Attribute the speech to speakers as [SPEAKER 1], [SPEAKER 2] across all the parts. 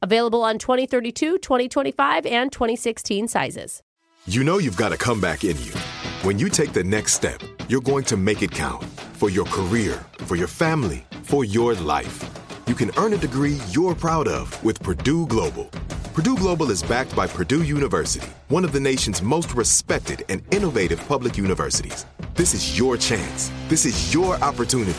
[SPEAKER 1] Available on 2032, 2025, and 2016 sizes.
[SPEAKER 2] You know you've got a comeback in you. When you take the next step, you're going to make it count for your career, for your family, for your life. You can earn a degree you're proud of with Purdue Global. Purdue Global is backed by Purdue University, one of the nation's most respected and innovative public universities. This is your chance. This is your opportunity.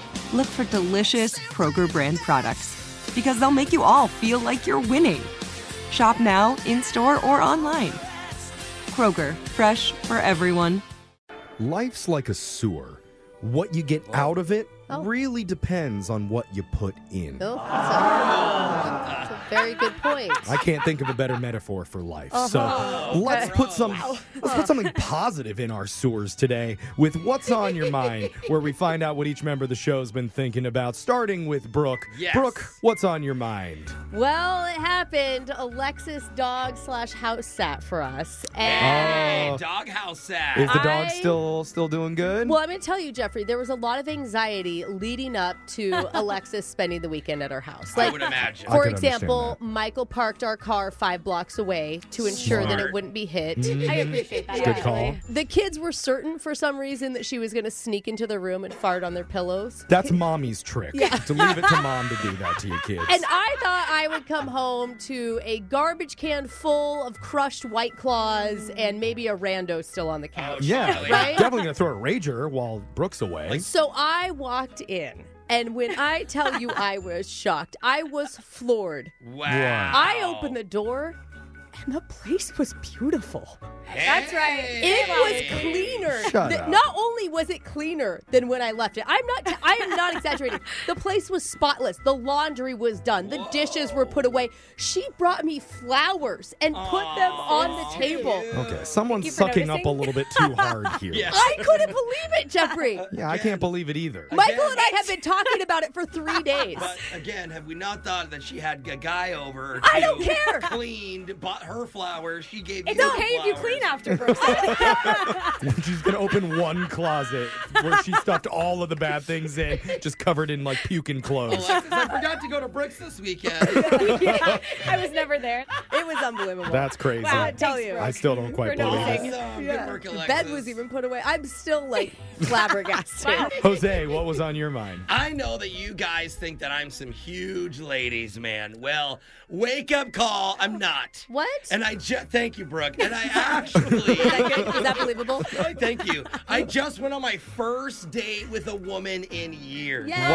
[SPEAKER 3] look for delicious Kroger brand products because they'll make you all feel like you're winning. Shop now, in store, or online. Kroger, fresh for everyone.
[SPEAKER 4] Life's like a sewer. What you get out of it
[SPEAKER 1] Oh.
[SPEAKER 4] really depends on what you put in.
[SPEAKER 1] Oh, that's, a, that's a very good point.
[SPEAKER 4] I can't think of a better metaphor for life.
[SPEAKER 1] Uh-huh. Oh,
[SPEAKER 4] So let's put some let's put something positive in our sewers today with what's on your mind, where we find out what each member of the show's been thinking about, starting with Brooke.
[SPEAKER 5] Yes.
[SPEAKER 4] Brooke, what's on your mind?
[SPEAKER 1] Well, it happened. Alexis dog slash house sat for us. And
[SPEAKER 4] Oh.
[SPEAKER 5] Hey, doghouse sack.
[SPEAKER 4] Is the dog
[SPEAKER 1] I-
[SPEAKER 4] still still doing good?
[SPEAKER 1] well, I'm going to tell you, Jeffrey, there was a lot of anxiety leading up to Alexis spending the weekend at our house.
[SPEAKER 5] I would imagine.
[SPEAKER 4] I
[SPEAKER 1] For
[SPEAKER 4] can understand
[SPEAKER 1] example,
[SPEAKER 4] that.
[SPEAKER 1] Michael parked our car five blocks away to ensure that it
[SPEAKER 5] Smart.
[SPEAKER 1] wouldn't be hit.
[SPEAKER 4] Mm-hmm.
[SPEAKER 6] I appreciate that.
[SPEAKER 4] Good call.
[SPEAKER 1] The kids were certain for some reason that she was going to sneak into the room and fart on their pillows.
[SPEAKER 4] That's mommy's trick. To leave it to mom to do that to your kids.
[SPEAKER 1] And I thought I would come home to a garbage can full of crushed white claws and maybe a rando still on the couch.
[SPEAKER 4] yeah,
[SPEAKER 1] Right?
[SPEAKER 4] definitely gonna throw a rager while Brooke's away.
[SPEAKER 1] So I walked in, and when I tell you I was shocked, I was floored.
[SPEAKER 5] Wow.
[SPEAKER 1] I opened the door, and the place was beautiful.
[SPEAKER 6] That's right.
[SPEAKER 1] It was cleaner.
[SPEAKER 4] Shut
[SPEAKER 1] Th-
[SPEAKER 4] up.
[SPEAKER 1] Not only was it cleaner than when I left it. I'm not. T- I am not exaggerating. The place was spotless. The laundry was done. The dishes were put away. She brought me flowers and put them on the table.
[SPEAKER 4] okay, someone's
[SPEAKER 6] you for
[SPEAKER 4] sucking up a
[SPEAKER 6] noticing.
[SPEAKER 4] little bit too hard here.
[SPEAKER 5] Yeah.
[SPEAKER 1] I couldn't believe it, Jeffrey.
[SPEAKER 4] Yeah, I can't believe it either.
[SPEAKER 1] Michael and I have been talking about it for three days.
[SPEAKER 5] But again, have we not thought that she had a guy over?
[SPEAKER 1] I
[SPEAKER 5] who
[SPEAKER 1] don't care.
[SPEAKER 5] Cleaned, bought her flowers. She gave.
[SPEAKER 6] It's
[SPEAKER 5] you
[SPEAKER 6] okay if you
[SPEAKER 5] flowers.
[SPEAKER 6] clean after Brooke.
[SPEAKER 4] She's gonna open one closet where she stuffed all of the bad things in, just covered in like puke and clothes.
[SPEAKER 5] Alexis, I forgot to go to Brooks this weekend.
[SPEAKER 6] I was never there.
[SPEAKER 1] It was unbelievable.
[SPEAKER 4] That's crazy.
[SPEAKER 6] Wow, I tell you.
[SPEAKER 4] I still don't quite
[SPEAKER 6] For
[SPEAKER 4] believe
[SPEAKER 6] nothing.
[SPEAKER 4] it.
[SPEAKER 5] Awesome. Good work,
[SPEAKER 1] The
[SPEAKER 5] Alexis.
[SPEAKER 1] bed was even put away. I'm still like flabbergasted.
[SPEAKER 4] Jose, what was on your mind?
[SPEAKER 5] I know that you guys think that I'm some huge ladies man. Well, wake up call. I'm not.
[SPEAKER 1] What?
[SPEAKER 5] And I just thank you, Brooke. And I actually.
[SPEAKER 1] Is that good? Is that believable?
[SPEAKER 5] Why, Thank you. I just went on my first date with a woman in years.
[SPEAKER 1] Yay!
[SPEAKER 5] Like,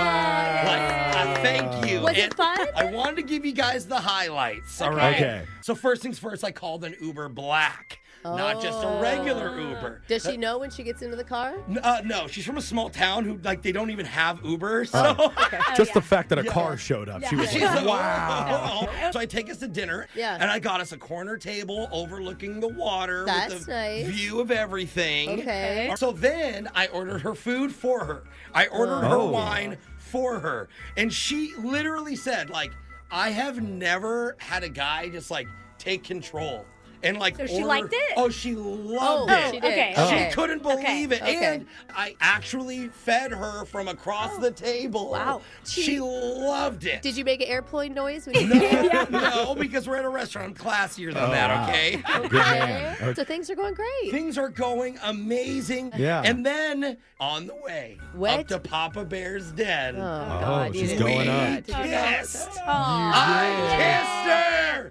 [SPEAKER 5] uh, thank you.
[SPEAKER 1] Was it
[SPEAKER 5] And
[SPEAKER 1] fun?
[SPEAKER 5] I wanted to give you guys the highlights. All right.
[SPEAKER 4] Okay.
[SPEAKER 5] So first things first, I called an Uber Black, not just a regular
[SPEAKER 1] Oh.
[SPEAKER 5] Uber.
[SPEAKER 1] Does she know when she gets into the car?
[SPEAKER 5] N- Uh, no, she's from a small town who like they don't even have Uber. So.
[SPEAKER 4] Just the fact that a car showed up, she was
[SPEAKER 5] She's
[SPEAKER 4] like,
[SPEAKER 5] like,
[SPEAKER 4] "Wow."
[SPEAKER 5] "Oh." So I take us to dinner,
[SPEAKER 1] Yeah.
[SPEAKER 5] and I got us a corner table overlooking the water
[SPEAKER 1] That's
[SPEAKER 5] with a
[SPEAKER 1] nice.
[SPEAKER 5] view of everything.
[SPEAKER 1] Okay.
[SPEAKER 5] So then I ordered her food for her. I ordered
[SPEAKER 4] Oh.
[SPEAKER 5] her wine for her, and she literally said, "Like, I have never had a guy just like take control." and like
[SPEAKER 6] So she
[SPEAKER 5] order-
[SPEAKER 6] liked it?
[SPEAKER 5] Oh, she loved
[SPEAKER 1] Oh,
[SPEAKER 5] it.
[SPEAKER 1] she did.
[SPEAKER 6] okay,
[SPEAKER 1] Oh.
[SPEAKER 5] She
[SPEAKER 6] okay.
[SPEAKER 5] couldn't believe it.
[SPEAKER 6] okay.
[SPEAKER 5] And I actually fed her from across
[SPEAKER 1] Oh.
[SPEAKER 5] the table.
[SPEAKER 6] Wow.
[SPEAKER 5] She, loved it.
[SPEAKER 1] Did you make an airplane noise? When you
[SPEAKER 5] no, because we're at a restaurant. I'm classier than that,
[SPEAKER 4] Oh, wow.
[SPEAKER 5] okay?
[SPEAKER 4] Good man. Okay.
[SPEAKER 1] So things are going great.
[SPEAKER 5] Things are going amazing.
[SPEAKER 4] Yeah.
[SPEAKER 5] And then on the way
[SPEAKER 1] What?
[SPEAKER 5] up to Papa Bear's den.
[SPEAKER 1] Oh, God. you
[SPEAKER 4] she's
[SPEAKER 1] didn't
[SPEAKER 5] we
[SPEAKER 4] going up.
[SPEAKER 1] need to do that.
[SPEAKER 5] Kissed. I kissed her.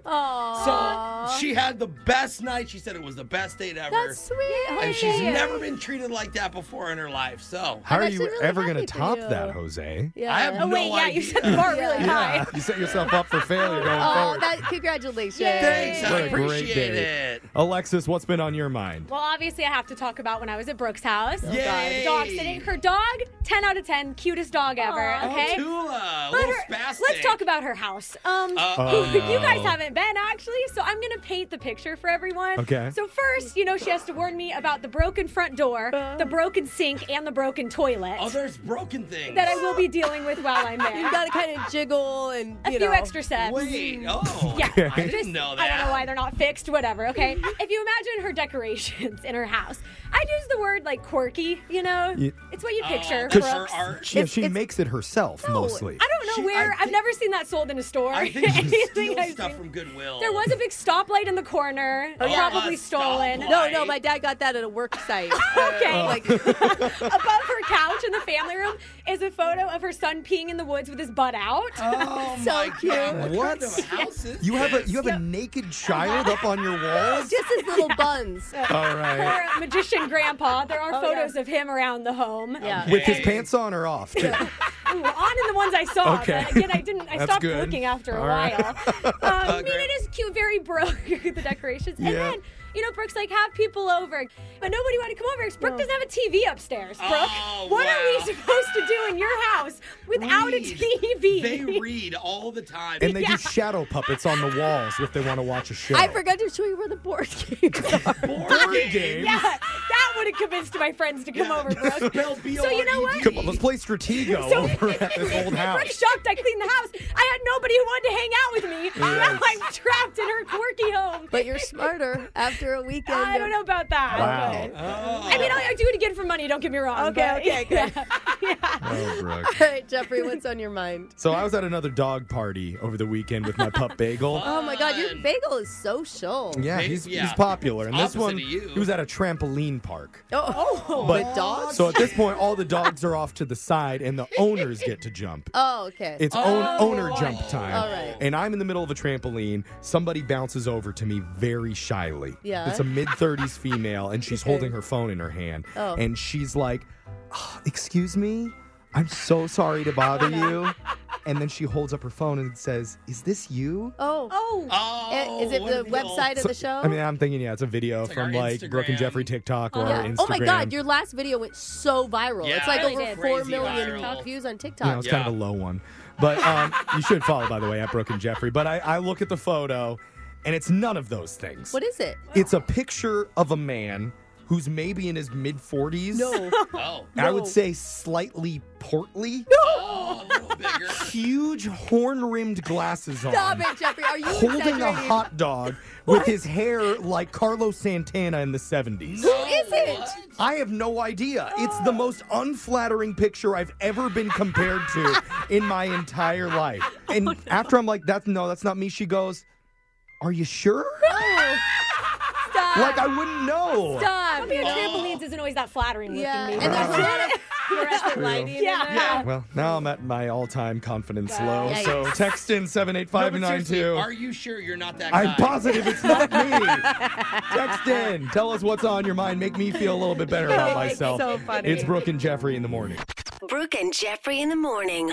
[SPEAKER 5] So she had the best night. She said it was the best date ever.
[SPEAKER 1] That's sweet. honey.
[SPEAKER 5] and she's never been treated like that before in her life. So
[SPEAKER 4] How
[SPEAKER 1] I'm
[SPEAKER 4] are
[SPEAKER 1] actually
[SPEAKER 4] you
[SPEAKER 1] really
[SPEAKER 4] ever going to
[SPEAKER 1] happy for
[SPEAKER 4] top
[SPEAKER 1] you.
[SPEAKER 4] that, Jose?
[SPEAKER 1] Yeah.
[SPEAKER 5] I have
[SPEAKER 6] Oh,
[SPEAKER 5] no
[SPEAKER 6] wait, yeah,
[SPEAKER 5] idea.
[SPEAKER 6] you set the bar really high.
[SPEAKER 4] You set yourself up for failure going
[SPEAKER 1] Oh,
[SPEAKER 4] forward.
[SPEAKER 1] that congratulations.
[SPEAKER 5] Thanks, I
[SPEAKER 4] What a great
[SPEAKER 5] appreciate
[SPEAKER 4] day.
[SPEAKER 5] it.
[SPEAKER 4] Alexis, what's been on your mind?
[SPEAKER 6] Well, obviously, I have to talk about when I was at Brooke's house.
[SPEAKER 5] Yay.
[SPEAKER 6] Dog sitting. Her dog, 10 out of 10, cutest dog ever.
[SPEAKER 5] Oh,
[SPEAKER 6] Okay.
[SPEAKER 5] Tula, a
[SPEAKER 6] But
[SPEAKER 5] little
[SPEAKER 6] her-
[SPEAKER 5] spastic.
[SPEAKER 6] let's talk about her house. Um,
[SPEAKER 5] Uh-oh.
[SPEAKER 6] you guys haven't been actually, so I'm gonna paint the picture for everyone.
[SPEAKER 4] Okay.
[SPEAKER 6] So first, you know, she has to warn me about the broken front door, the broken sink, and the broken toilet
[SPEAKER 5] Oh, there's broken things.
[SPEAKER 6] that I will be dealing with while I'm there.
[SPEAKER 7] You gotta kind of jiggle and you
[SPEAKER 6] a few
[SPEAKER 7] know.
[SPEAKER 6] extra steps.
[SPEAKER 5] Wait, oh.
[SPEAKER 6] Yeah,
[SPEAKER 5] I didn't
[SPEAKER 6] just-
[SPEAKER 5] know
[SPEAKER 6] I
[SPEAKER 5] that.
[SPEAKER 6] don't know why they're not fixed. Whatever. Okay. if you imagine her decorations in her house, I'd use the word like quirky. You know,
[SPEAKER 4] Yeah.
[SPEAKER 6] it's what you
[SPEAKER 5] Oh,
[SPEAKER 6] picture.
[SPEAKER 5] that's her
[SPEAKER 6] Brooks.
[SPEAKER 5] art.
[SPEAKER 4] She, she makes it herself mostly.
[SPEAKER 6] I don't know
[SPEAKER 5] She-
[SPEAKER 6] where.
[SPEAKER 5] I
[SPEAKER 6] I've
[SPEAKER 5] thi-
[SPEAKER 6] never seen that sold in a store.
[SPEAKER 5] I think she
[SPEAKER 6] Anything
[SPEAKER 5] steals
[SPEAKER 6] I've
[SPEAKER 5] stuff
[SPEAKER 6] seen.
[SPEAKER 5] from Goodwill.
[SPEAKER 6] There was a big stoplight in the corner,
[SPEAKER 5] yeah.
[SPEAKER 6] probably
[SPEAKER 5] A
[SPEAKER 6] stolen.
[SPEAKER 5] stoplight.
[SPEAKER 7] No, no, my dad got that at a work site.
[SPEAKER 6] Okay.
[SPEAKER 7] Uh,
[SPEAKER 1] Oh.
[SPEAKER 7] like,
[SPEAKER 6] Above her couch in the family room is a photo of her son peeing in the woods with his butt out.
[SPEAKER 5] Oh my
[SPEAKER 7] cute.
[SPEAKER 5] God. What,
[SPEAKER 4] What?
[SPEAKER 5] kind of house is
[SPEAKER 4] You have a
[SPEAKER 5] this?
[SPEAKER 4] you have a naked child up on your walls.
[SPEAKER 7] just his little buns.
[SPEAKER 4] All right.
[SPEAKER 6] Her magician grandpa. There
[SPEAKER 5] Oh,
[SPEAKER 6] are photos of him around the home.
[SPEAKER 1] Yeah.
[SPEAKER 4] With his
[SPEAKER 5] Hey.
[SPEAKER 4] pants on or off? too?
[SPEAKER 6] Ooh, on in the ones I saw.
[SPEAKER 4] Okay.
[SPEAKER 6] But again, I didn't. I
[SPEAKER 4] That's
[SPEAKER 6] stopped
[SPEAKER 4] good.
[SPEAKER 6] looking after a
[SPEAKER 4] All right.
[SPEAKER 6] while. Um, I mean,
[SPEAKER 5] great.
[SPEAKER 6] it is cute, very broke the decorations, and
[SPEAKER 4] Yeah.
[SPEAKER 6] then. You know, Brooke's like, have people over. But nobody wanted to come over because Brooke doesn't have a TV upstairs. Brooke,
[SPEAKER 5] Oh,
[SPEAKER 6] what are we
[SPEAKER 5] wow.
[SPEAKER 6] supposed to do in your house without a
[SPEAKER 5] Read.
[SPEAKER 6] TV?
[SPEAKER 5] They read all the time.
[SPEAKER 4] And they do shadow puppets on the walls if they want to watch a show.
[SPEAKER 1] I forgot to show you where the board games are.
[SPEAKER 4] Board game.
[SPEAKER 6] Yeah, that would have convinced my friends to come over, Brooke.
[SPEAKER 5] Spelled
[SPEAKER 6] So you know what?
[SPEAKER 5] B-R-E-E-D.
[SPEAKER 4] Come on, let's play Stratego over at this old
[SPEAKER 6] Brooke
[SPEAKER 4] house.
[SPEAKER 6] shocked I cleaned the house. I had nobody who wanted to hang out with me. Now I'm trapped in her quirky home.
[SPEAKER 1] but you're smarter after a weekend.
[SPEAKER 6] I don't know about that.
[SPEAKER 4] Wow.
[SPEAKER 6] but-
[SPEAKER 5] Oh,
[SPEAKER 6] I mean, I, I do it again for money. Don't get me wrong.
[SPEAKER 7] Okay, okay, good.
[SPEAKER 4] Oh, Brooke.
[SPEAKER 1] All right, Jeffrey, what's on your mind?
[SPEAKER 4] So I was at another dog party over the weekend with my pup Bagel.
[SPEAKER 1] Oh my God, your bagel is social.
[SPEAKER 4] Yeah,
[SPEAKER 5] Ba-
[SPEAKER 4] he's,
[SPEAKER 5] yeah.
[SPEAKER 4] he's popular. And this
[SPEAKER 5] Opposite
[SPEAKER 4] one,
[SPEAKER 5] of you.
[SPEAKER 4] he was at a trampoline park.
[SPEAKER 1] Oh, oh
[SPEAKER 4] But-
[SPEAKER 1] with dogs.
[SPEAKER 4] So at this point, all the dogs are off to the side, and the owners get to jump.
[SPEAKER 1] oh, okay.
[SPEAKER 4] It's own, owner jump time.
[SPEAKER 1] All right.
[SPEAKER 4] And I'm in the middle of a trampoline. Somebody bounces over to me very shyly.
[SPEAKER 1] Yeah.
[SPEAKER 4] It's a mid 30s female, and she's holding her phone in her hand.
[SPEAKER 1] Oh.
[SPEAKER 4] And she's like, "Ah, Excuse me? I'm so sorry to bother you. And then she holds up her phone and says, Is this you?
[SPEAKER 1] oh,
[SPEAKER 6] Oh,
[SPEAKER 5] Oh,
[SPEAKER 1] Eh, is it
[SPEAKER 5] what a
[SPEAKER 1] the
[SPEAKER 5] deal.
[SPEAKER 1] website of the show?
[SPEAKER 4] I mean, I'm thinking, yeah, it's a video
[SPEAKER 5] like
[SPEAKER 4] from
[SPEAKER 5] our
[SPEAKER 4] like Brooke and
[SPEAKER 5] Instagram.
[SPEAKER 4] Jeffrey TikTok or
[SPEAKER 1] Yeah.
[SPEAKER 4] Instagram.
[SPEAKER 1] Oh my God, your last video went so viral.
[SPEAKER 5] Yeah,
[SPEAKER 1] it's like
[SPEAKER 5] it
[SPEAKER 6] really
[SPEAKER 1] over
[SPEAKER 6] did.
[SPEAKER 1] 4
[SPEAKER 5] Crazy
[SPEAKER 1] million
[SPEAKER 5] viral.
[SPEAKER 1] views on
[SPEAKER 4] You know,
[SPEAKER 1] TikTok.
[SPEAKER 4] it's kind of a
[SPEAKER 5] Yeah.
[SPEAKER 4] low one. But um, you should follow, by the way, at Brooke and Jeffrey. But I, I look at the photo, and it's none of those things.
[SPEAKER 1] What is it?
[SPEAKER 4] It's a picture of a man who's maybe in his mid 40s. No.
[SPEAKER 5] Oh,
[SPEAKER 4] I would say slightly portly.
[SPEAKER 5] oh, a little bigger.
[SPEAKER 4] Huge horn rimmed glasses on.
[SPEAKER 1] Stop it, Jeffrey. Are you
[SPEAKER 4] Holding a
[SPEAKER 1] exaggerating?
[SPEAKER 4] hot dog with his hair like Carlos Santana in the 70s.
[SPEAKER 5] Who
[SPEAKER 1] is it?
[SPEAKER 4] I have no idea. It's the most unflattering picture I've ever been compared to in my entire life. And after I'm like, that's no, that's not me, she goes, Are you sure?
[SPEAKER 1] Stop.
[SPEAKER 4] Like, I wouldn't know.
[SPEAKER 1] Stop.
[SPEAKER 6] maybe a trampolines isn't always that flattering
[SPEAKER 1] Yeah.
[SPEAKER 6] looking.
[SPEAKER 1] And there's a lot of.
[SPEAKER 7] Fluorescent lighting.
[SPEAKER 6] Yeah.
[SPEAKER 5] Yeah.
[SPEAKER 4] Well, now I'm at my all time confidence low.
[SPEAKER 1] Yikes.
[SPEAKER 4] So text in
[SPEAKER 5] No, but seriously,
[SPEAKER 4] 78592.
[SPEAKER 5] Are you sure you're not that
[SPEAKER 4] I'm
[SPEAKER 5] guy?
[SPEAKER 4] positive it's not me. Text in. Tell us what's on your mind. Make me feel a little bit better about myself.
[SPEAKER 7] so funny.
[SPEAKER 4] It's Brooke and Jeffrey in the morning.
[SPEAKER 8] Brooke and Jeffrey in the morning.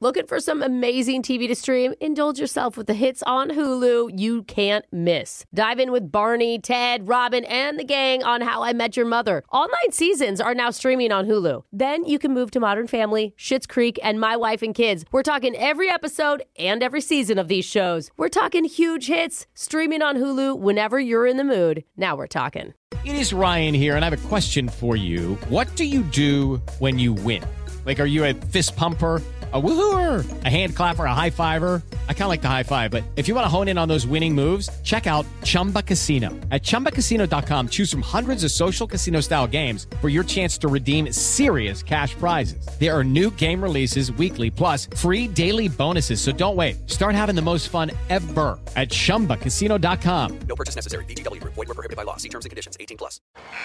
[SPEAKER 1] Looking for some amazing TV to stream? Indulge yourself with the hits on Hulu you can't miss. Dive in with Barney, Ted, Robin, and the gang on How I Met Your Mother. All nine seasons are now streaming on Hulu. Then you can move to Modern Family, Schitt's Creek, and My Wife and Kids. We're talking every episode and every season of these shows. We're talking huge hits streaming on Hulu whenever you're in the mood. Now we're talking.
[SPEAKER 9] It is Ryan here, and I have a question for you. What do you do when you win? Like, are you a fist pumper? A woohooer, a hand clapper, a high fiver. I kind of like the high five, but if you want to hone in on those winning moves, check out Chumba Casino. At chumbacasino.com, choose from hundreds of social casino style games for your chance to redeem serious cash prizes. There are new game releases weekly, plus free daily bonuses. So don't wait. Start having the most fun ever at chumbacasino.com.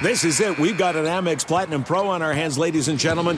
[SPEAKER 10] This is it. We've got an Amex Platinum Pro on our hands, ladies and gentlemen.